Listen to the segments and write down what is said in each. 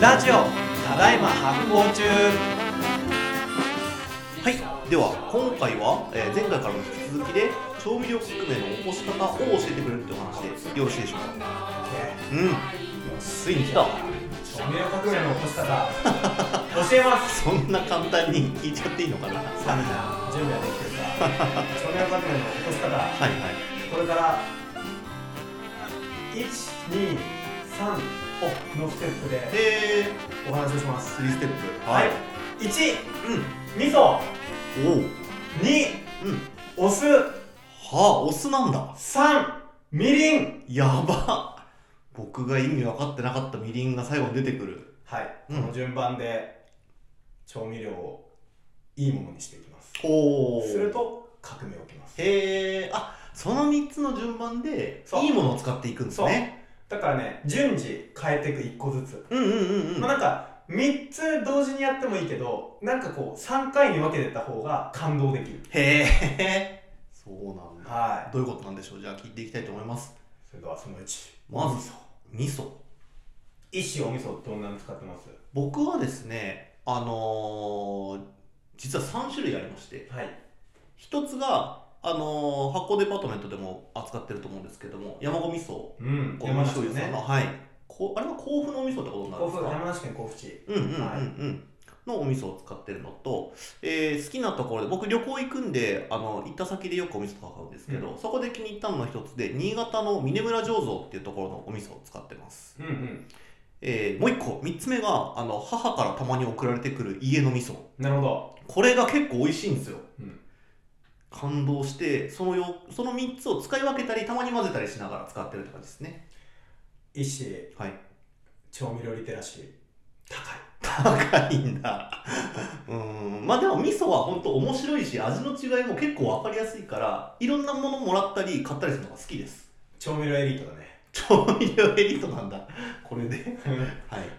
ラジオただいま発行中はい、では今回は、えー前回からの引き続きで調味料革命の起こし方を教えてくれるという話でよろしいでしょうかうんついに来たおめえ革命の起こし方教えますそんな簡単に聞いちゃっていいのかなはいさあ準備はできてるか少年革命の起こし方はいこれから123のステップでえお話をしますー、3ステップはい1味噌うんおおう2うんお酢はあお酢なんだ3みりんやば僕が意味分かってなかったみりんが最後に出てくるはい、うんこの順番で調味料をいいものにしていきますおおすると革命起きますへえあその3つの順番でそういいものを使っていくんですねだからね順次変えていく1個ずつ、うんうんうんうんまあなんか3つ同時にやってもいいけどなんかこう3回に分けてった方が感動できるへえそうなんだはいどういうことなんでしょうじゃあ聞いていきたいと思いますそれではその1まず味噌一種お味噌どんなの使ってます僕はですねあのー実は3種類ありましてはい一つがあのー発酵デパートメントでも扱ってると思うんですけども山子味噌うんこ山の梨醤県油さんの、ねはいこうあれは甲府のお味噌ってことになる甲んです府か山梨県甲府市うんうんうんうん、はいのお味噌を使ってるのと、えー好きなところで僕旅行行くんであの行った先でよくお味噌とか買うんですけど、そこで気に入ったのの一つで新潟の峰村醸造っていうところのお味噌を使ってます、うんうんえーもう一個三つ目があの母からたまに送られてくる家の味噌なるほどこれが結構美味しいんですよ、うん感動してそのよその3つを使い分けたりたまに混ぜたりしながら使ってるって感じですね一種はい調味料リテラシー高い高いんだうんまあでも味噌は本当面白いし味の違いも結構わかりやすいからいろんなものもらったり買ったりするのが好きです 調味料エリートだね調味料エリートなんだこれで はい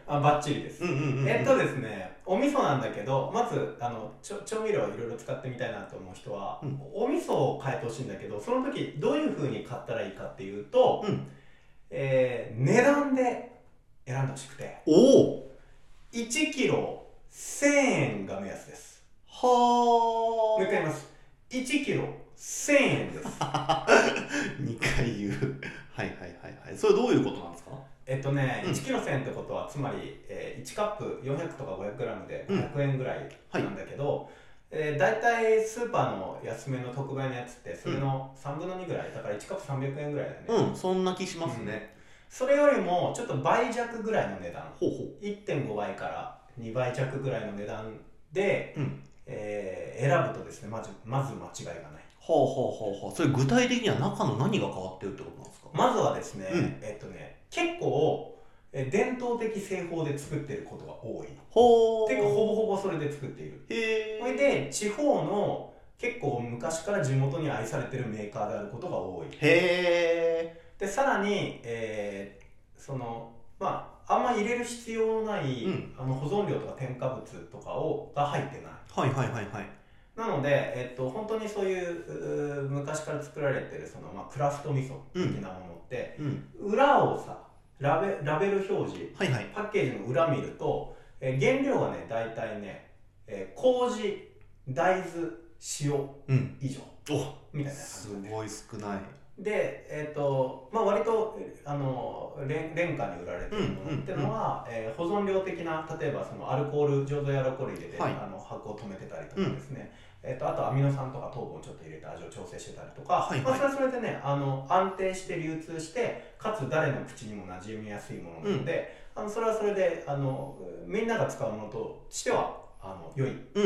あバッチリですうんうんうんうんえっとですね、お味噌なんだけどまずあのちょ調味料をいろいろ使ってみたいなと思う人は、うんお味噌を変えてほしいんだけどその時どういう風に買ったらいいかっていうと、うんえー値段で選んでほしくておお1キロ1000円が目安ですもう一回は言います1キロ1000円ですあ2回言うはいはいはいはいそれどういうことなんですかえっとね、うん1キロ1000円ってことはつまり、え1カップ400とか5 0 0ムで500円ぐらいなんだけど、えー、大体スーパーの安めの特売のやつってそれの3分の2ぐらいだから1カップ300円ぐらいだよね、うんそんな気しますね、それよりもちょっと倍弱ぐらいの値段ほうほう1.5倍から2倍弱ぐらいの値段で、うんえー選ぶとですねまずまず間違いがないはあはあはあはあそれ具体的には中の何が変わってるってことなんですかまずはですね、うんえっとね結構、えー伝統的製法で作ってることが多いほてかほぼほぼそれで作っているへそれえで地方の結構昔から地元に愛されてるメーカーであることが多いへでさらに、えーそのまああんま入れる必要のない、うんあの保存料とか添加物とかをが入ってないーはいはいはいはいなので、えっと、本当にそういううー昔から作られてるその、まあ、クラフト味噌的なものって、うん裏をさラベラベル表示はいはいパッケージの裏見ると、えー原料がね大体ね、えー麹大豆塩うん以上おみたいなす感じごい少ないでえっ、とまあ割とえあのれん廉価に売られてるものってのは、えー保存量的な例えばそのアルコール醸造用アルコール入れて、はいあの発酵を止めてたりとかですね、えっとあとアミノ酸とか糖分をちょっと入れて味を調整してたりとか、はいはいまあ、それはそれでねあの安定して流通してかつ誰の口にも馴染みやすいものなので、あのそれはそれであのみんなが使うものとしてはあの良いうんう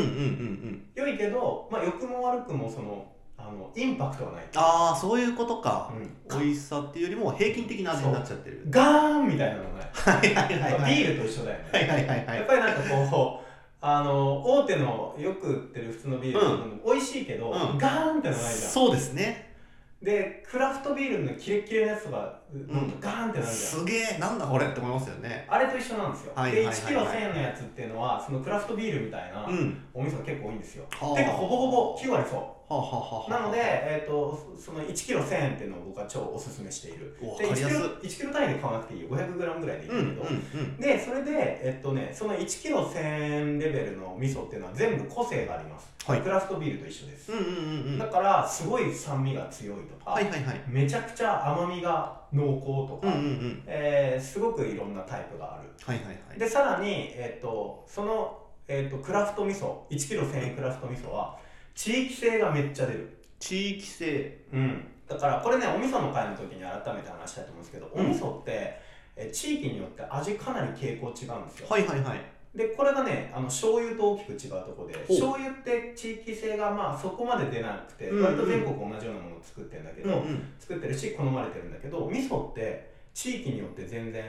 んうんうん良いけど、まあ、良くも悪くもそのあのインパクトはないああそういうことか、うん美味しさっていうよりも平均的な味になっちゃってるガーンみたいなのがねはいはいはいはいビールと一緒だよね、はいはいはいはやっいぱりなんかこうあの大手のよく売ってる普通のビール、美味しいけど、うんガーンってのないじゃんそうですねでクラフトビールのキレッキレのやつが、うん、ガーンってなるじゃんすげえなんだこれって思いますよねあれと一緒なんですよ、はいはいはいはいで1キロ1000円のやつっていうのはそのクラフトビールみたいなうんお店が結構多いんですよ、はあてかほぼほぼ9割そはあ、はあはあはあ、なので、えー、とその1キロ1000円っていうのを僕は超おすすめしているおわで 1, かりキやすいロ1キロ単位で買わなくていいよ 500g ぐらいでいいんうんだうけんど、うんでそれで、えっとね、その1キロ1000円レベルの味噌っていうのは全部個性があります、はいクラフトビールと一緒です、うんうんうんうんだからすごい酸味が強いとか、はいはいはいめちゃくちゃ甘みが濃厚とうんか、うんうんえーすごくいろんなタイプがあるはいはいはいでさらに、えっとその、えっとクラフト味噌1キロ1000円クラフト味噌は地域性がめっちゃ出る、地域性うん、だからこれねお味噌の会の時に改めて話したいと思うんですけど、うんお味噌ってえー地域によって味かなり傾向違うんですよ、はいはいはいでこれがねあの醤油と大きく違うところでほ醤う油って地域性がまあそこまで出なくてうんうん割と全国同じようなものを作ってるんだけど、うんうん作ってるし好まれてるんだけど味噌って地域によって全然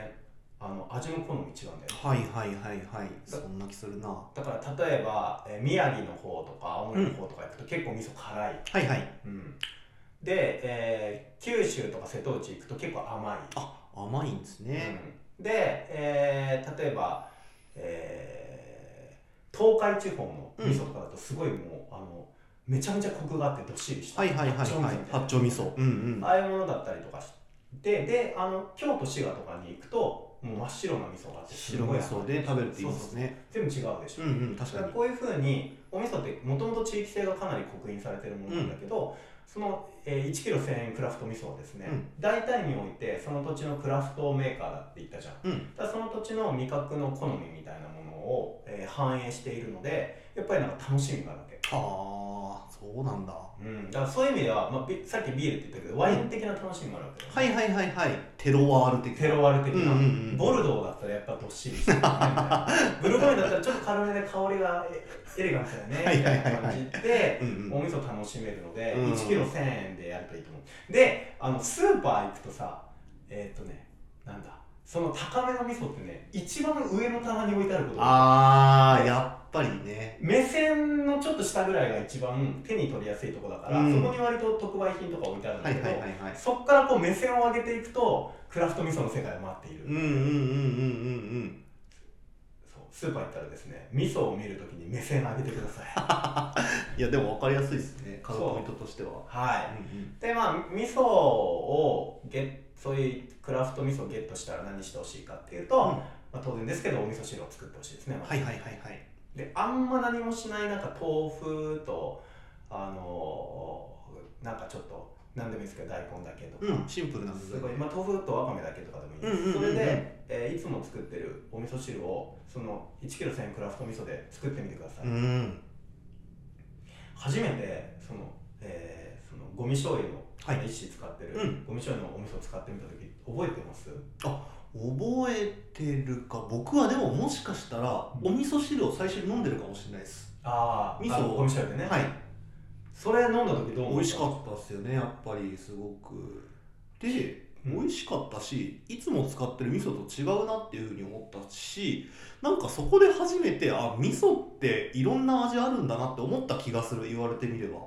あの味の好み違うんだよはいはいはいはいそんな気するなはだから例えば、えー宮城の方とか青森の方とか行くと結構味噌辛い、いはいうん、で、えー九州とか瀬戸内行くと結構甘いあ甘いんですね、うんで、えー例えば、えー東海地方の味噌とかだとすごいもう、あのめちゃめちゃコクがあってどっしりしたはいはいはい八丁味噌みはたいいな八丁味噌うんうんああいうものだったりとかしてであの京都滋賀とかに行くともう真っ白な味噌があってす白ごい味噌で食べるって言いますね全部違うでしょ、うんうん確だかからにこういうふうにお味噌ってもともと地域性がかなり刻印されてるものなんだけど、その、え1キロ1 0 0 0円クラフト味噌はですね、うん大体においてその土地のクラフトメーカーだって言ったじゃん、うんだからその土地の味覚の好みみたいなものを、えー反映しているのでやっぱりなんか楽しみがあるわけ、ああそうなんだはうん、だからそういう意味では、まあ、ビさっきビールって言ったけどワイン的な楽しみがあるわけ、いはいはいはいテロワール的テロワール的な、うんうんうんボルドーだったらやっぱどっしりしてるよねみ たいなブルゴーニュだったらちょっと軽めで香りがエエレガントだよねみたいな感じで、うんうおん味噌楽しめるので、うん1キロ1000円でやるといいと思うであのスーパー行くとさえーっ、とねなんだその高めの味噌ってね一番上の棚に置いてあることがああやっぱりね目線のちょっと下ぐらいが一番手に取りやすいとこだから、うんそこに割と特売品とか置いてあるんだはいけど、はいはいはいそこからこう目線を上げていくとクラフト味噌の世界を待っている、うんうんうんうんそうスーパー行ったらですね味噌を見るときに目線上げてください うんいやでも分かりやすいですね買うポイントとしてははいうんでまあ味噌をゲッそういうクラフト味噌をゲットしたら何してほしいかっていうと、うんまあ、当然ですけどお味噌汁を作ってほしいですね、うんはいはいはいはいであんま何もしないなんか豆腐とあのーなんかちょっと何でもいいですけど大根だけとか、うんシンプルなす具ごい材まあ、豆腐とわかめだけとかでもいいです、うんうんうんうんそれで、えーいつも作ってるお味噌汁をその1キロ1000円クラフト味噌で作ってみてください、うん初めてその、えーそのゴミ醤油のはい一種使ってる、うんゴミ醤油のお味噌使ってみた時覚えてます覚えてるか僕はでももしかしたらお味噌汁を最初に飲んでるかもしれないですあ味噌あのゴミ醤油でね、はいそれ飲んだ時どう思美味しかったですよねやっぱりすごくでうん美味しかったしいつも使ってる味噌と違うなっていうふうに思ったしなんかそこで初めてあ味噌っていろんな味あるんだなって思った気がする言われてみれば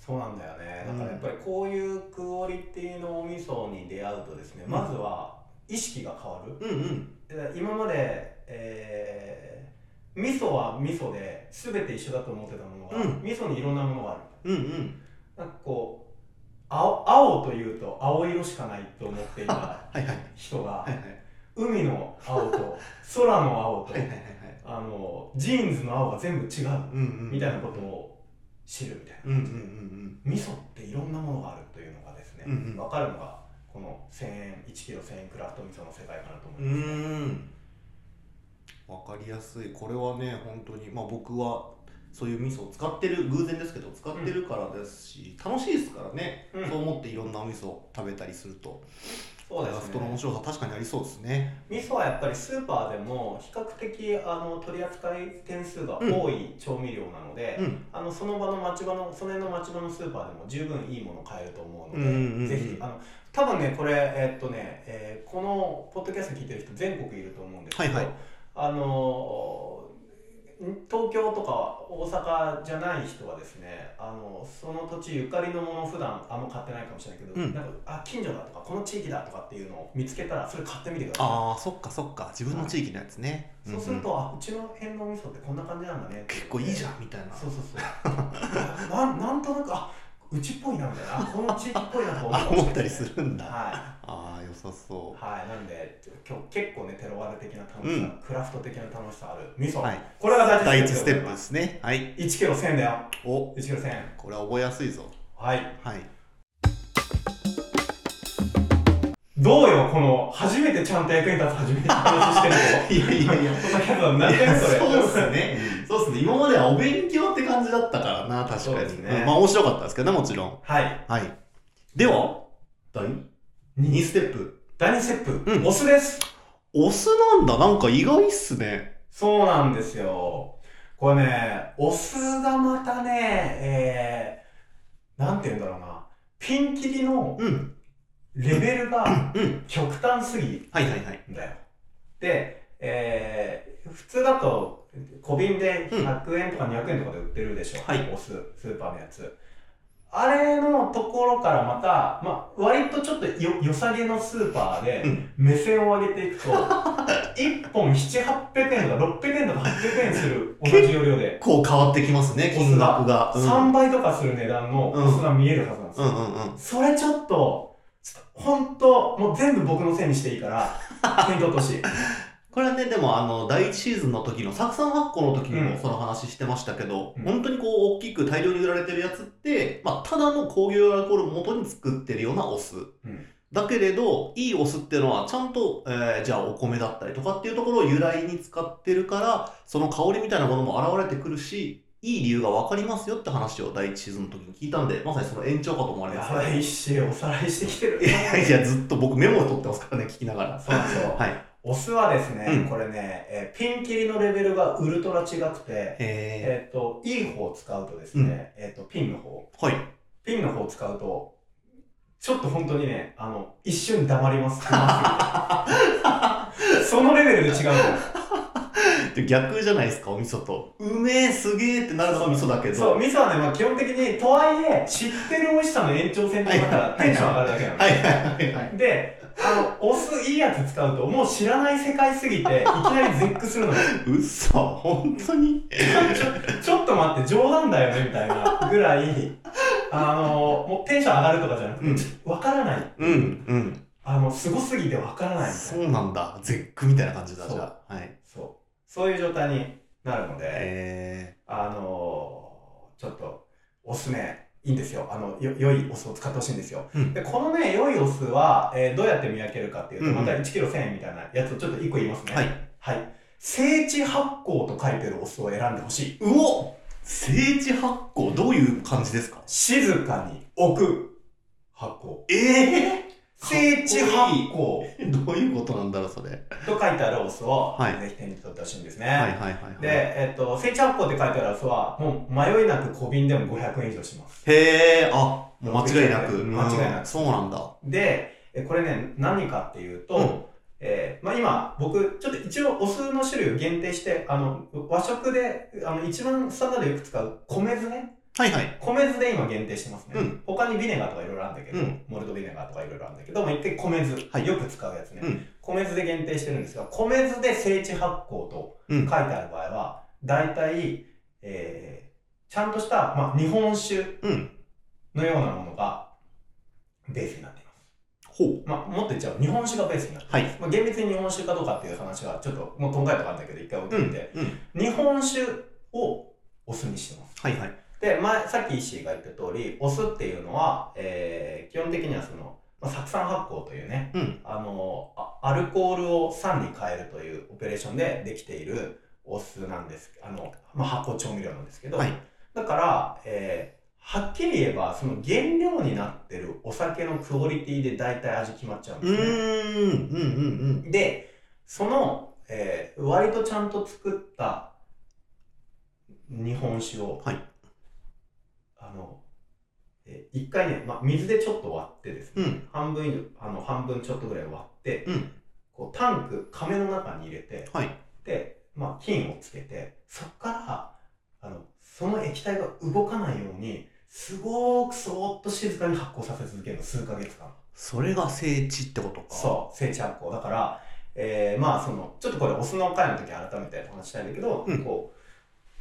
そうなんだよねだうんからやっぱりこういうクオリティのお味噌に出会うとですね、うんまずは意識が変わるうんうんえー今まで、えー味噌は味噌で全て一緒だと思ってたものが、うん味噌にいろんなものがあるうんうんなんかこう青青というと青色しかないと思っていたはいはい人が、はいはい海の青と空の青と、はいはいはいはいあのジーンズの青が全部違ううんうんみたいなことを知るみたいうんうんうなん味噌っていろんなものがあるというのがですね、うんうん分かるのがこの1000円1キロ1000円クラフト味噌の世界かなと思ういます、ーんわかりやすいこれはね本当にまあ僕はそういう味噌を使ってる偶然ですけど使ってるからですし、楽しいですからね、うんそう思っていろんなお味噌を食べたりするとそうでクラすフトの面ね白さ確かにありそうですね味噌はやっぱりスーパーでも比較的あの取り扱い点数が多い調味料なので、うんあのその場の町場のその辺の町場のスーパーでも十分いいもの買えると思うので、うんうんうんぜひあの多分ねこれえっとね、えーこのポッドキャスト聞いてる人全国いると思うんですけど、はいはいあのー東京とか大阪じゃない人はですねあのその土地ゆかりのもの普段あんま買ってないかもしれないけど、うんなんかあ近所だとかこの地域だとかっていうのを見つけたらそれ買ってみてくださああそっかそっか自分の地域のやつね、いそうすると、あうちの辺のお味噌ってこんな感じなんだねって結構いいじゃんんみたいなそうそうそう ななんとなくあうちっぽいなみたいなあこの地域っぽいなと あかもしれない思ったりするんだはいああ良さそうはい、なんで今日結構ねテロワール的な楽しさ、うんクラフト的な楽しさある味噌、はいこれが第大一事ステップですねはい1キロ1000だよお1キロ1000これは覚えやすいぞはいはいどうよこの初めてちゃんと役に立つ初めての話してるけいやいどやいやこんなキャラ何回もそれそうっすねそうですね今まではお勉強って感じだったからな確そうかでに、すねうんまあ面白かったですけどねもちろんはいはいでは第2ステップ第2ステップ、うんお酢ですお酢なんだなんか意外っすねそうなんですよこれねお酢がまたねえー、なんて言うんだろうなピンキリのうんレベルがうん極端すぎはいはいはいだよ。で、えー普通だと小瓶でうん100円とか200円とかで売ってるでしょ、はいお酢スーパーのやつあれのところからまた、まあ、割とちょっとよ良さげのスーパーでうん目線を上げてい くと、1本7800円とか600円とか800円する同じ容量でこう変わってきますね金額がうん3倍とかする値段のお酢が見えるはずなんですうよ、んうんうんそれちょっとちょっと本当もう全部僕のせいにしていいから 手に取ってほしいこれはねでもあの第一シーズンの時の酢酸発酵の時にうもんその話してましたけど、うん本当にこう大きく大量に売られてるやつって、まあ、ただの工業用アルコールを元に作ってるようなお酢、んだけれどいいお酢っていうのはちゃんと、えーじゃあお米だったりとかっていうところを由来に使ってるからその香りみたいなものも現れてくるしいい理由が分かりますよって話を第一シーズンの時に聞いたんでまさにその延長かと思われますやばいし、おさらいしてきてる。いやいやずっと僕メモを取ってますからね聞きながらそうなんですよ。はいお酢はですね、うんこれね、えーピンキリのレベルがウルトラ違くて、ええっ、と、いい方を使うとですうんね、えっ、と、ピンの方。ー、はいピンの方を使うと、ちょっと本当にね、あの、一瞬黙ります。 そのレベルで違うの。で逆じゃないですかお味噌とうめえすげえってなるのが味噌だけどそう、味噌はね、まあ基本的に、とはいえ、知ってる美味しさの延長線だから、はいテンション上がるだけなの。はいはいはいはいで、あの、お酢いいやつ使うと、もう知らない世界すぎて、いきなり絶句するのよ。うっそ本当にちょちょっと待って、冗談だよねみたいなぐらい、あの、もうテンション上がるとかじゃなくうんて、わからない。うんうんあの、すごすぎてわからないみたそいな。うなんだ絶句みたいな感じだそうじゃあはいそう。そういう状態になるので、えあの、ちょっと、おすすめ、いいんですよ。あの、よ、良いお酢を使ってほしいんですよ。うんで、このね、良いお酢は、えーどうやって見分けるかっていうと、うんうまんた1キロ1000円みたいなやつをちょっと1個言いますね。はい。はい。聖地発酵と書いてるお酢を選んでほしい。ー、うお聖地発酵どういう感じですか静かに置く発酵。え聖地発酵えー、どういうことなんだろうそれと書いてあるお酢を、はいぜひ手に取ってほしいんですね。はいはいはいで、はいえっと、聖地発酵って書いてあるお酢は、もう迷いなく小瓶でも500円以上します。へえあもう間違いなく間違いなくうんそうなんだで、えこれね、何かっていうと、うんえーまあ、今、僕、ちょっと一応お酢の種類を限定して、あの、和食で、あの、一番スタンダードでよく使う米酢ね。はいはい米酢で今限定してますね。うん他にビネガーとかいろいろあるんだけど、うんモルトビネガーとかいろいろあるんだけど、もう一回米酢、はいよく使うやつね、うん米酢で限定してるんですが、米酢で聖地発酵とう書いんてある場合は、大体、えーちゃんとした、まあ、日本酒うんのようなものがベースになっています。ほうまあ、もっと言っちゃう、日本酒がベースになっています。はいまあ、厳密に日本酒かどうかっていう話は、ちょっと、もう今回とかあるんだけど、一回置いうんとういんて、日本酒をお酢にしてます。はいはいで、前、さっき石井が言った通り、お酢っていうのは、えー基本的にはその、まあ、酢酸発酵というね、うんあのあアルコールを酸に変えるというオペレーションでできているお酢なんです、あの、まあ、発酵調味料なんですけど、はいだから、えーはっきり言えば、その原料になってるお酒のクオリティで大体味決まっちゃうんでうすね。ーんうんうんうんで、その、えー割とちゃんと作った日本酒を、はいあの、えー一回ね、ま、水でちょっと割ってですね、うん半分以上、あの、半分ちょっとぐらい割って、うんこうタンク、亀の中に入れて、はいで、まあ、菌をつけて、そこから、あの、その液体が動かないように、すごーくそーっと静かに発酵させ続けるの、数ヶ月間。それが聖地ってことか。そう、聖地発酵。だから、えー、まあ、その、ちょっとこれ、オスの回の時改めてお話したいんだけど、うんこ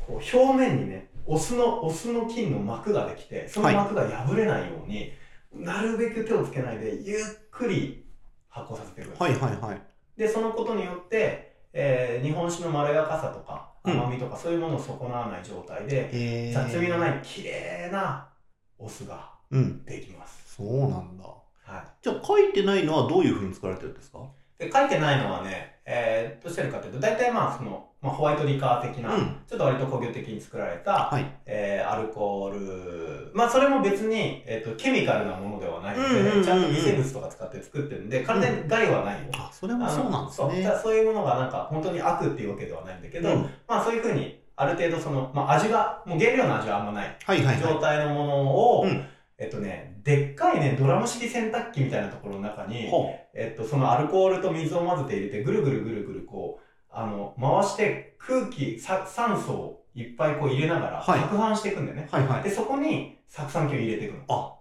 う、こう表面にね、オスの、オスの菌の膜ができて、その膜が破れないように、なるべく手をつけないで、ゆっくり発酵させていくんですはいはいはい。で、そのことによって、えー日本酒のまろやかさとか、うん甘みとか、そういうものを損なわない状態で、え。雑味のないい綺麗なオスがうん。できます。そうなんだ。はい。じゃあ書いてないのはどういうふうに作られてるんですかで書いてないのはね、えーどうしてるかというと大体まあその、まあ、ホワイトリカー的な、うんちょっと割と工業的に作られた、はい。えーアルコールまあそれも別に、えー、とケミカルなものではないので、うんうんうんうんちゃんと微生物とか使って作ってるんで完全に害はないよ、あ、それもそうなんですそうねた。だそういうものがなんか本当に悪っていうわけではないんだけど、うんまあそういうふうにある程度その、まあ、味がもう原料の味はあんまないはいはい状は態のものを、うんえっとねでっかいねドラム式洗濯機みたいなところの中にい。ほえっと、そのアルコールと水を混ぜて入れて、ぐるぐるぐるぐるこう、あの、回して空気、さ酸素をいっぱいこう入れながら、はい攪拌していくんだよね。うはいはで、い。そこに酢酸菌を入れていくの。あ、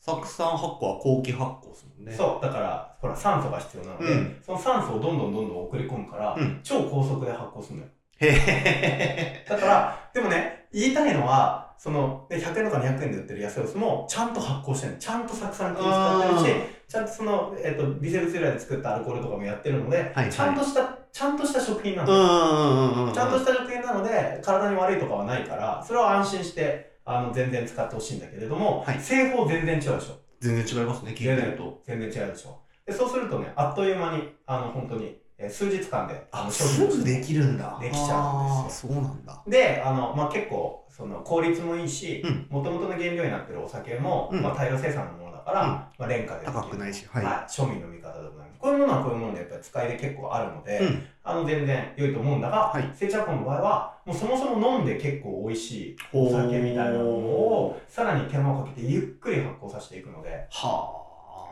酢酸発酵は後期発酵ですもんね。う。そう、だから、ほら、酸素が必要なので、うんその酸素をどんどんどんどん送り込むから、うん超高速で発酵するのよ。へへへだから、でもね、言いたいのは、その、ね100円とか200円で売ってる野生オスも、ちゃんと発酵してるの。ちゃんと酢酸菌使ってるし、ちゃんとその、えっと、微生物由来で作ったアルコールとかもやってるので、はいちゃんとした、ちゃんとした食品なうの、んうんうんうん。ちゃんとした食品なので、体に悪いとかはないから、それは安心して、あの、全然使ってほしいんだけれども、はい製法全然違うでしょ。全然違いますね、聞いてると。全然違うでしょ。で、そうするとね、あっという間に、あの、本当に、えー数日間で、あの、すとしぐてできるんだ。できちゃうんですすよ。そうなんだ。で、あの、まあ、結構、その、効率もいいしうん、もともとの原料になってるお酒も、うんまあ、大量生産のものだから、うんまあ、廉価でできる高くないし、は。はいい、庶民の味方でございます。こういうものはこういうものでやっぱり使いで結構あるので、うんあの全然良いと思うんだが、はいセイチャコの場合は、もうそもそも飲んで結構美味しいほおう酒みたいなものを、さらに手間をかけてゆっくり発酵させていくので、は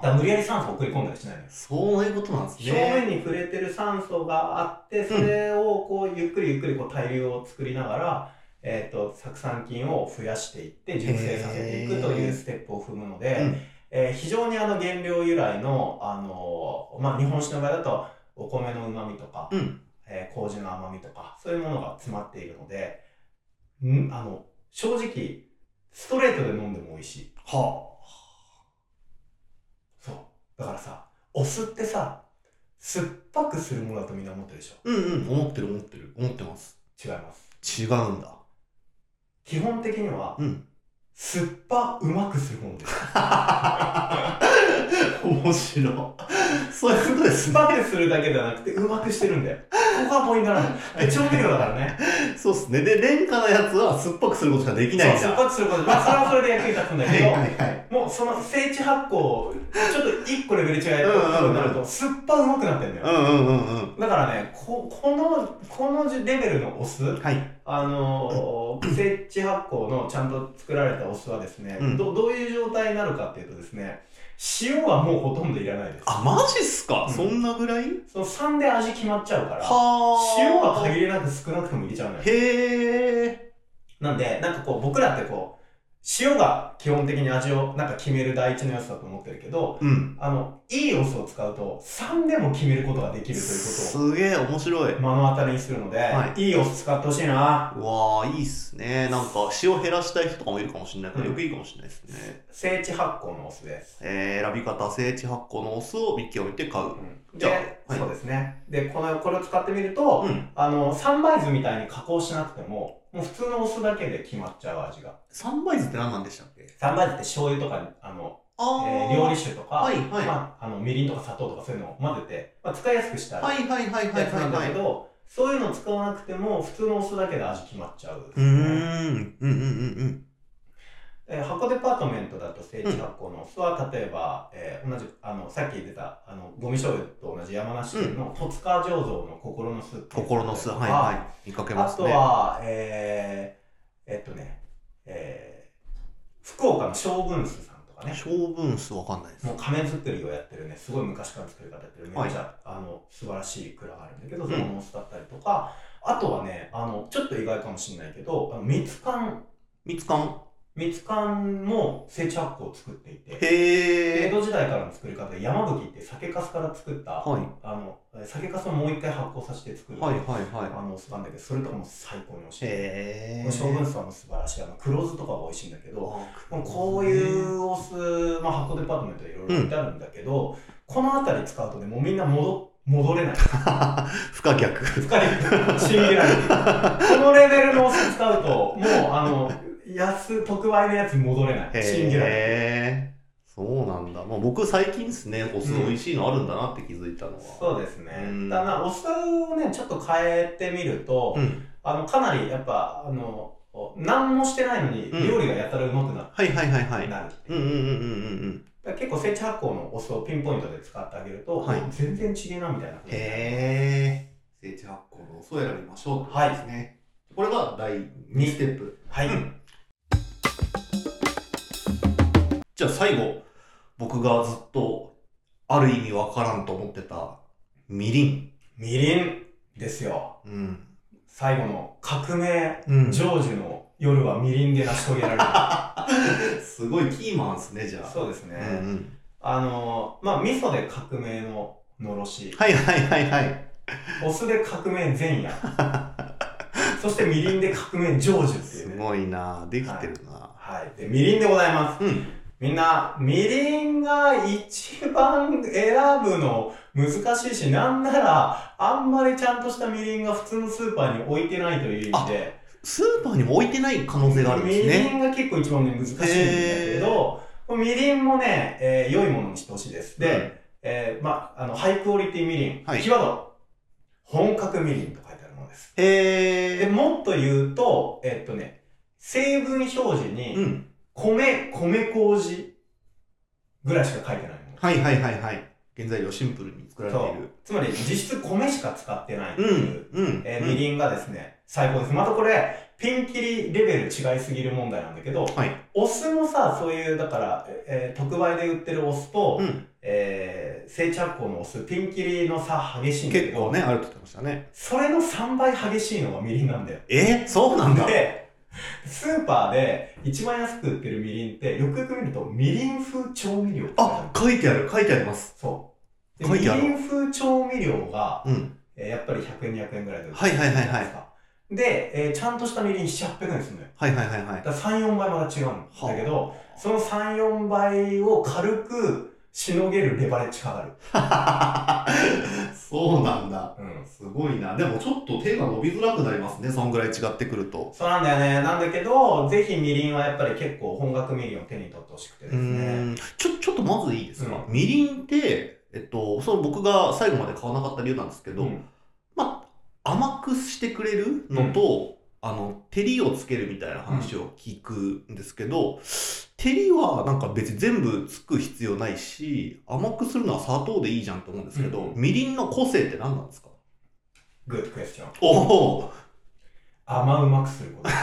だかあ。ら無理やり酸素を送り込んだりしないのよ。そういうことなんですね。表面に触れてる酸素があって、それをこうゆっくりゆっくりこう対流を作りながら、えっ、と、酢酸菌を増やしていって、熟成させていくというステップを踏むので、うんえー非常にあの原料由来の、あのーまあ、日本酒の場合だとお米の旨味とか、うんえー麹の甘みとかそういうものが詰まっているのでんあの正直ストレートで飲んでも美味しいはそうだからさお酢ってさ酸っぱくするものだとみんな思ってるでしょあ。うんうん、思ってる思ってる。思ってます。違います違う んだ。基本的にはうん。酸っぱうまくするものです面白い。そういうことです酸っね。ぱくするだけじゃなくてうまくしてるんだよここがポイントなんだよ調味料だからねそうですね。で、廉価なやつは酸っぱくすることしかできないんそう、酸っだ。ぱくすることで、まあ、それはそれで役に立つんだはけいど、はいはい。もうその聖地発酵、ちょっと一個レベル違いとなると、酸っぱうまくなってんだうよ。んうんうんうん。だからね、ここの、このレベルのお酢、はい。あ のー、聖地発酵のちゃんと作られたお酢はですね、うんど、どういう状態になるかっていうとですね、塩はもうほとんどいらないです。あ、マジっすか、うんそんなぐらいその3で味決まっちゃうから、はあ。塩は限りなく少なくとも入れちゃうのよ。へえ。なんで、なんかこう、僕らってこう、塩が基本的に味をなんか決める第一の要素だと思ってるけど、うん。あの、いいお酢を使うと、3でも決めることができるというこすげえ面白いとを目の当たりにするので、、はいいお酢使ってほしいな。うわあいいっすねなんか塩減らしたい人とかもいるかもしれないからうんよくいいかもしれないですね、聖地発酵のお酢です。えー、選び方聖地発酵のお酢を見極めて買ううん、じゃあで、はいそうですね。で、この、これを使ってみると、うんあの、三杯酢みたいに加工しなくても、もう普通のお酢だけで決まっちゃう味が。三杯酢って何なんでしたっけ三杯酢って醤油とか、あの、えあー料理酒とか、はいはいまあ、あのみりんとか砂糖とかそういうのを混ぜて、まあ、使いやすくしたはいはいはいはいやつなんだはいけはいど、そういうの使わなくても普通のお酢だけで味決まっちゃううーんうんうんうんえー箱デパートメントだと聖地発酵のお酢は、例えば、えー同じあのさっき言ってたあのゴミ醤油と同じ山梨県の戸塚醸造の心の酢っていう心の酢とはかいはい見かけあますとねは、えーえっとね、えー福岡の将軍酢さんとかね小分酢わかんないですもう仮面作りをやってるね、すごい昔から作り方やってる、めっちゃ、あの素晴らしい蔵があるんだけど、うんそのモンスだったりとか、あとはね、あの、ちょっと意外かもしれないけど、あの蜜柑、蜜柑蜜柑も成地発酵を作っていて、江へえ戸時代からの作り方で山吹って酒粕から作った、はいあの、酒粕をもう一回発酵させて作る、はいはいはいあのお酢なんだけど、それとかも最高に美味しい。こへえの将軍さんも素晴らしい。あの、黒酢とかが美味しいんだけど、もうこうういうお酢、まあ、箱デパートメントでいろいろ置いてあるんだけど、この辺り使うとね、もうみんな戻戻れない。 不可逆疲れ信じられない。このレベルのお酢使うと、もう、あの、安、特売のやつ戻れない。信じられない。へえそうなんだ、まあ、僕最近ですねお酢美味しいのあるんだなって気づいたのは、そうですねうん。ただな、お酢をね、ちょっと変えてみると、うんあの、かなり、やっぱ、あの、何もしてないのに、うん料理がやたらうまくなる。はいはいはいはいなるうんうんうんうんうんうんだから結構、成地発酵のお酢をピンポイントで使ってあげると、はい全然違えな、みたいな。へえ成長発酵のお酢を選びましょうはいですねこれが第2ステップはい。うんじゃあ最後僕がずっとある意味わからんと思ってたみりんみりんですよ。うん最後の革命、うん成就の夜はみりんで成し遂げられる。すごいキーマンですね じゃあそうですね。うんうん、あのまあ、味噌で革命ののろし、はいはいはいはいお酢で革命前夜、 そしてみりんで革命成就っていすうね。ごいなできてるな、はい。で、みりんでございます。うんみんな、みりんが一番選ぶの難しいし、なんなら、あんまりちゃんとしたみりんが普通のスーパーに置いてないという意味で、スーパーにも置いてない可能性があるんですみりねんが結構一番ね難しいんだけど、みりんもね、えー良いものにしてほしいです。で、うんえーまあ、あの、ハイクオリティみりん。はいキーワード、本格みりんと書いてあるものです。で、へえもっと言うと、えっとね、成分表示うに、ん米、米麹ぐらいしか書いてないもの。はいはいはいはい原材料シンプルに作られているつまり、実質米しか使ってないってういう。んうんえーみりんがですね、最高です。またこれ、ピンキリレベル違いすぎる問題なんだけど、はいお酢もさ、そういう、だから、えー特売で売ってるお酢と、うんえー、生着工のお酢、ピンキリの差激しいんだけ結ど、構ねあるって言ってましたねそれの3倍激しいのがみりんなんだよ。えー、そうなんだで、スーパーで一番安く売ってるみりんって、よくよく見ると、みりん風調味料って書いてあるあ書いてある書いてありますそう。で書みいてあるりん風調味料が、うんえーやっぱり100円、200円ぐらいで売ってるはいはいはいはいですかで、えーちゃんとしたみりん7、800円するのよ。はいはいはいはいだから3、4倍まだ違うんだけど、その3、4倍を軽くしのげるレバレッジかかる。 そうなんだうん。すごいなでもちょっと手が伸びづらくなりますねそんぐらい違ってくるとそうなんだよね。なんだけど、ぜひみりんはやっぱり結構本格みりんを手に取ってほしくてでうすね。ーんちょ、ちょっとまずいいですか、うみりんって、えっと、その僕が最後まで買わなかった理由なんですけど、うんまあ、甘くしてくれるのと、あの、照りをつけるみたいな話を聞くんですけど、照りはなんか別に全部つく必要ないし、甘くするのは砂糖でいいじゃんと思うんですけうど、みりんの個性って何なんですかグッドクエスチョン。おお甘うまくすることです。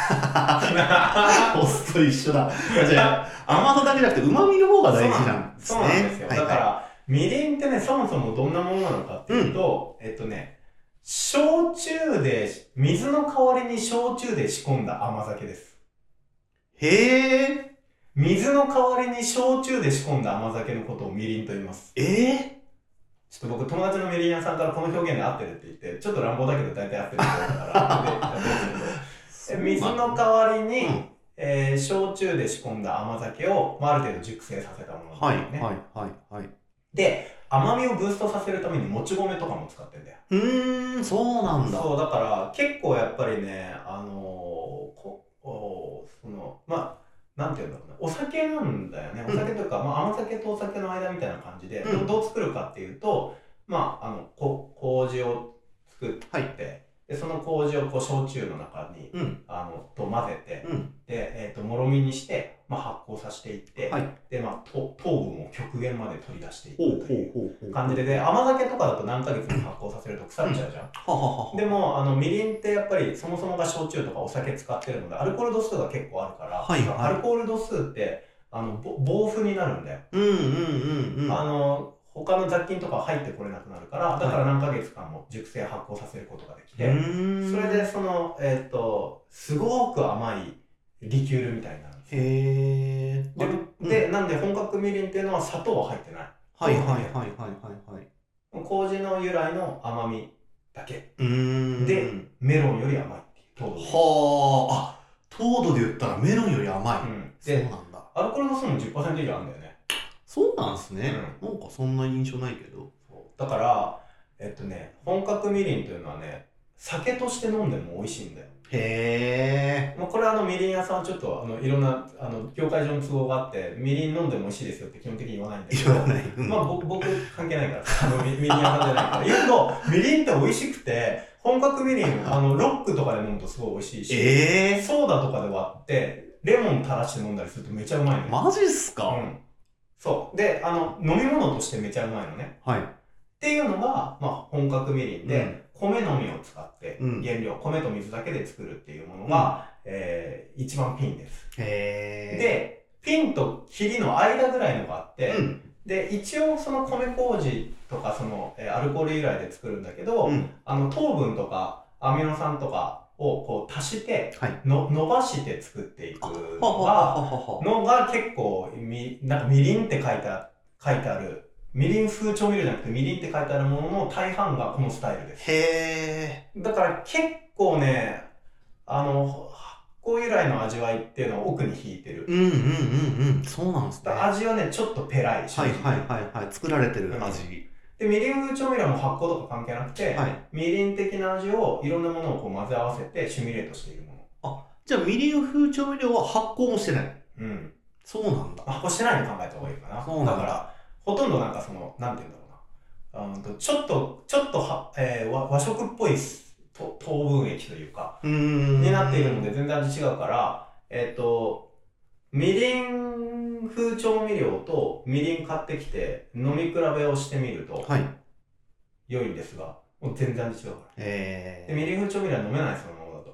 お酢と一緒だ。 じゃあ、甘さだけじゃなくて、旨味の方が大事なんですそね。うなんですよ。はだかいはいら、みりんってね、そもそもどんなものなのかっていうと、えっとね、焼酎で、水の代わりに焼酎で仕込んだ甘酒です。へー。水の代わりに焼酎で仕込んだ甘酒のことをみりんと言います。ええちょっと僕、友達のみりん屋さんからこの表現で合ってるって言って、ちょっと乱暴だけど大体合ってるって言われたから、でやってるんですけ どえ水の代わりに、うんえー焼酎で仕込んだ甘酒を、まあ、ある程度熟成させたものはいなんですね。はいはいはい。で、甘みをブーストさせるためにもち米とかも使ってんだよ。うーん、そうなんだ。そう、だから結構やっぱりね、あのーこおその、まあ、なんていうんだろうな、お酒なんだよね。おうん酒というか、まあ、甘酒とお酒の間みたいな感じで、うんどう作るかっていうと、まあ、あの、こ麹を作って、はいで、その麹をこう焼酎の中に、うんあの、と混ぜて、うん。で、えっ、と、もろみにして、まあ、発酵させていって、はいで、まあ、と糖分を極限まで取り出していくほうというほうほうほう。感じで、で、甘酒とかだと何ヶ月も発酵させると腐っちゃうじゃん。はははは。でもあのみりんってやっぱりそもそもが焼酎とかお酒使ってるのでアルコール度数が結構あるから、はいはいアルコール度数ってあのぼ暴風になるんだよ、うんうんうんうん。あの他の雑菌とかは入ってこれなくなるから、だから何ヶ月間も熟成発酵させることができて、それでその、えっ、と、すごく甘いリキュールみたいになるんですよ。へえ。で、うんでなんで本格みりんっていうのは砂糖は入ってない。はいはいはいはいはいはい。麹の由来の甘みだけ。うーんで、メロンより甘いっていう糖度で。はあ、あ、糖度で言ったらメロンより甘い。うん、そうで、なんだ。アルコール度数も10%以上あるんだよね。そうなんすね。なんかそんな印象ないけど。だから、えっとね、本格みりんというのはね、酒として飲んでも美味しいんだよ。へえ。まあ、これはあのみりん屋さんはちょっとあのいろんなあの業界上の都合があってみりん飲んでも美味しいですよって基本的に言わないんだけ 言どわない。うんまあ、僕僕関係ないからあのみみりん屋さんじゃないから言うとみりんって美味しくて本格みりんあのロックとかで飲むとすごい美味しいし、ええソーダとかで割ってレモン垂らして飲んだりするとめちゃうまいのよ、マジっすか、うん、そうであの飲み物としてめちゃうまいのねはい。っていうのが、まあ、本格みりんで、米のみを使って、うん原料米と水だけで作るっていうものが、えー一番ピンです、へでピンと霧の間ぐらいのがあって、え。うん。で一応その米麹とかその、えーアルコール由来で作るんだけど、うん。あの糖分とかアミノ酸とかをこう足してはい。の伸ばして作っていくはのはがははは。のが結構みなんかみりんって書いてあ書いてあるみりん風調味料じゃなくてみりんって書いてあるものの大半がこのスタイルですへえ。だから結構ねあの発酵由来の味わいっていうのを奥に引いてるうんうんうんうん。そうなんすね。だからはい味はねちょっとペライ正はい直はいはい。作られてる味。でみりん風調味料も発酵とか関係なくて、はい。みりん的な味をいろんなものをこう混ぜ合わせてシミュレートしているもじゃあみりん風調味料は発酵もしてない。のうんそうなんだ。発酵してないの考えた方がいいかなそうなんだだからほとんどなんかそのなんて言うんだろうなあのとちょっとちょっとは、えー和和食っぽいすと糖分液というかうーん。になっているので全然味違うからえっ、とみりん風調味料とみりん買ってきて飲み比べをしてみるとはい。良いんですがもう全然味違うからえでみりん風調味料は飲めないそのままだと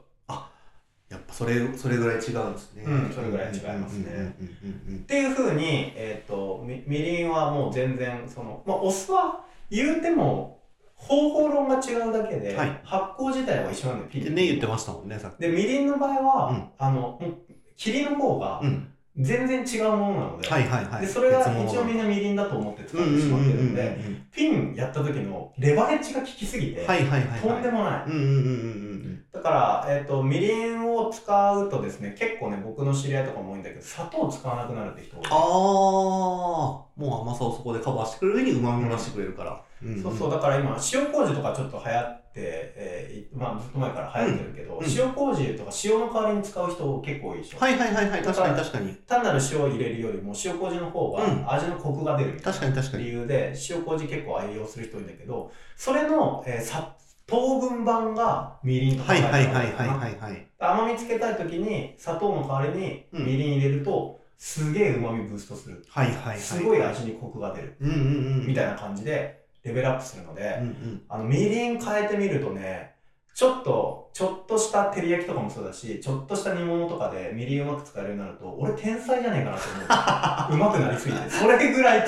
やっぱそれそれぐらい違うんですね。うんそれぐらい違いますねうんうんうんっていう風に、えー、とみみりんはもう全然その、まあ、お酢は言うても方法論が違うだけで、はい発酵自体は一緒なんでうピん。ンでね言ってましたもんねさっき。でみりんの場合は、うんあのもう霧の方がうん。全然違うものなので,、はいはいはい。でそれが別物一応みんなみりんだと思って使うっんてうしんまうってんうるんんうで、ん。ピンやった時のレバレッジが効きすぎて、はいはいはい。とんでも。もない、うんうんうんうんだから、えー、とみりんを使うとですね結構ね僕の知り合いとかも多いんだけど砂糖使わなくなるって人多いああー、もう甘さをそこでカバーしてくれる上にうまみも出してくれるから。そうそうだ。だから今塩麹とかちょっと流行って、えーいまあ、ずっと前から流行ってるけど、うん塩麹とか塩の代わりに使う人結構多いでしょ、はいはいはいはい。確かに確かに。単なる塩を入れるよりも塩麹の方うんが味のコクが出るみたい確かに確かなに。理由で塩麹結構愛用する人多いんだけどそれの、えーさ糖分版がみりんとかはいはいはいはいい、はいはい。甘みつけたい時に砂糖の代わりにうんみりん入れると、すげえうまみブーストするはいはいはい。すごい。味にコクが出るうんうんうん。みたいいな感じでレベルアップするので、うんうん。あの、みりん変えてみるとね、ちょっと、ちょっとした照り焼きとかもそうだし、ちょっとした煮物とかでみりんうまく使えるようになると、俺天才じゃねえかな と思う。うまくなりすぎて。それぐらい違う。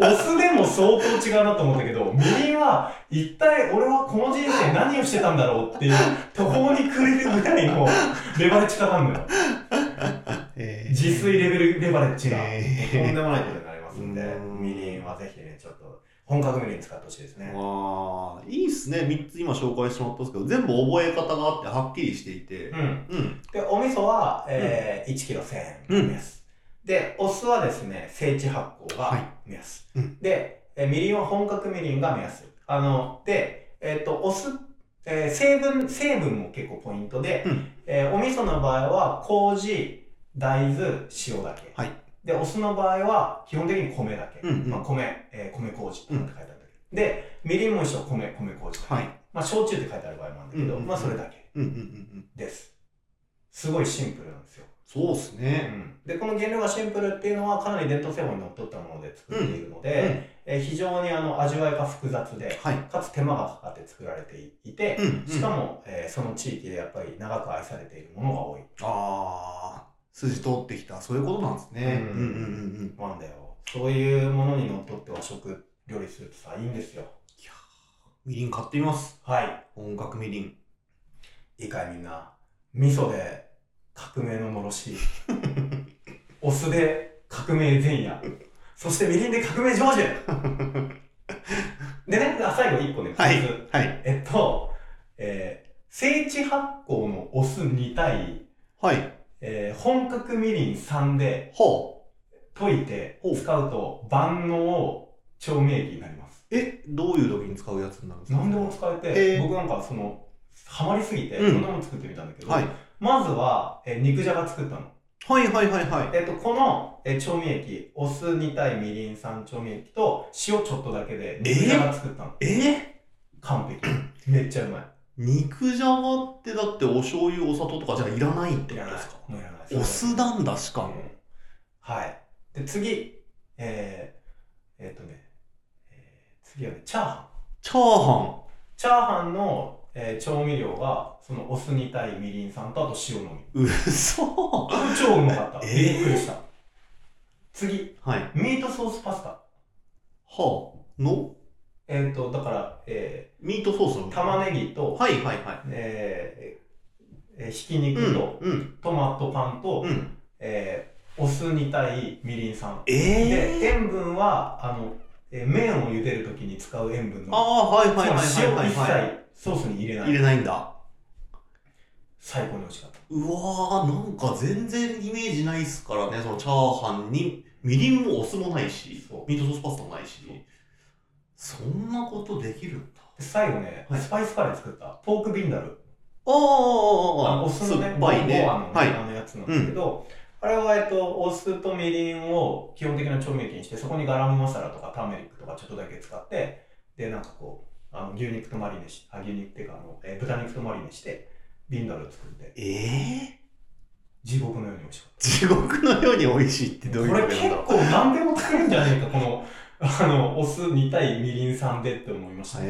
お酢でも相当違うなと思ったけど、みりんは一体俺はこの人生何をしてたんだろうっていう途方に暮れるぐらいのレバレッジがあるのよ。えー自炊レベルレバレッジが。えとんーでもないことになりますんでう、んみりんはぜひね、ちょっと本格みりん使ってほしいですね。わあいいっすね3つ今紹介してもらったんですけど全部覚え方があってはっきりしていてうん。うんで、お味噌は、えー1キロ1000円です、で、お酢はですね、整地発酵はいが目安。うんで、えーみりんは本格みりんが目安。あの、で、えっ、と、お酢、えー成分、成分も結構ポイントで、うんえーお味噌の場合は、麹、大豆、塩だけ。はいで、お酢の場合は、基本的に米だけ。うんうんまあ、米、えー米麹って書いてあるんだけど。で、みりんも一緒、米、米�øji だけ。はいまあ、焼酎って書いてある場合もあるんだけど、うんうんうんまあ、それだけ。うんうんうんうんです。すごいシンプルなんですよ。そうっすねで、この原料がシンプルっていうのはかなり伝統製法にのっとったもので作っているので、えー非常にあの味わいが複雑で、はいかつ手間がかかって作られていて、うんしかも、えーその地域でやっぱり長く愛されているものが多い。ああ筋通ってきたそういうことなんですねうんうんうんうんうんなんだよ。そういうものにのっとって和食っ料理するとさ、いいんですよ。みりん買ってみます。はい。本格みりん。いいかいみんな。味噌で革命ののろ し。お酢で革命前夜。そしてみりんで革命成就。でね、あ最後1個ね、はい普通。はい。えっと、えー、聖地発酵のお酢2対、はい。えー本格みりん3でほ溶いてほう使うと万能調味液になります。う。え、どういう時に使うやつになるんですか何でも使えて、へー僕なんかその、ハマりすぎて、いうんろんなもの作ってみたんだけど、はい。まずは、えー肉じゃが作ったの。はいはいはいはい。えっと、この、えー調味液、お酢2対みりん3調味液と塩ちょっとだけで肉じゃが作ったの。え完璧。 めっちゃうまい。肉じゃがってだってお醤油、お砂糖とかじゃいらないっていこらないとですかもですかういらないですお酢なんだしかも。はい。で、次、えー、えっとね、えー次はね、チャーハン。チャーハチャーハンの、えー調味料が、そのお酢に対みりん酸とあと塩のみ。ン。うそこれ超うまかった。えーびっくりした。次、はい。ミートソースパスタ。はあ。のえっ、と、だから、えミートソースのー、玉ねぎと、はいはいはい。えーえーひき肉うんと、うんトマト缶と、うん。えーお酢に対みりん酸。でええ塩分はあの、えー麺を茹でるときに使う塩分あのあ、はいはいはいつまりはいはい塩は一切ソースに入れないい。入れないんだ。最高に美味しかったうわー、なんか全然イメージないっすからね、そのチャーハンに、みりんもお酢もないしそう、ミートソースパスタもないし、そんなことできるんだ。で最後ね、はいスパイスカレー作ったポークビンダルあーあー、あーあー、お酢のね酸っぱいね。ゴアの,、はい。あのやつなんだけど、あれは、えっと、お酢とみりんを基本的な調味液にしてそこにガラムマサラとかターメリックとかちょっとだけ使ってでなんかこうあの牛肉とマリネしあ牛肉っていうかあの、えー豚肉とマリネしてビンダルを作ってええ地獄のように美味しかった。地獄のように美味しいってどういうこれこと結なんだろう。構何でも作るんじゃねえか、この、あの、お酢2対みりんさんでって思いましたね。へ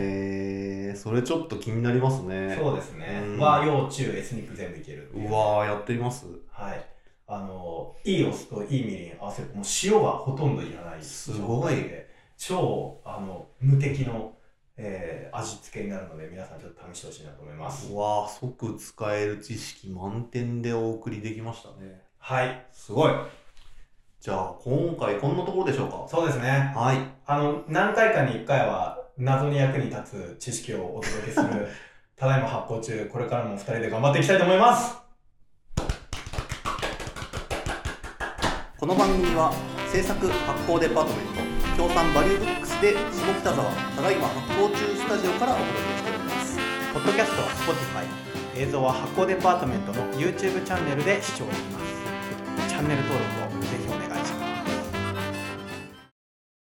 えー、それちょっと気になりますね。そうですねう。ん和、洋、中、エスニック全部いけるっていうわー、やってみますはい。あの、いいお酢といいみりん合わせると、もう塩はほとんどいらない。すごい。超、あの、無敵の、えー味付けになるので、皆さんちょっと試してほしいなと思います。うわあ即使える知識満点でお送りできましたねはい。すごいじゃあ今回こんなところでしょうそうですね。かはいあの、何回かに1回は、謎に役に立つ知識をお届けする、 ただいま発行中、これからも2人で頑張っていきたいと思いますこの番組は制作発行デパートメント協賛バリューブックスで下北沢ただいま発行中スタジオからお届けしておりますポッドキャストは Spotify 映像は発行デパートメントの YouTube チャンネルで視聴できますチャンネル登録を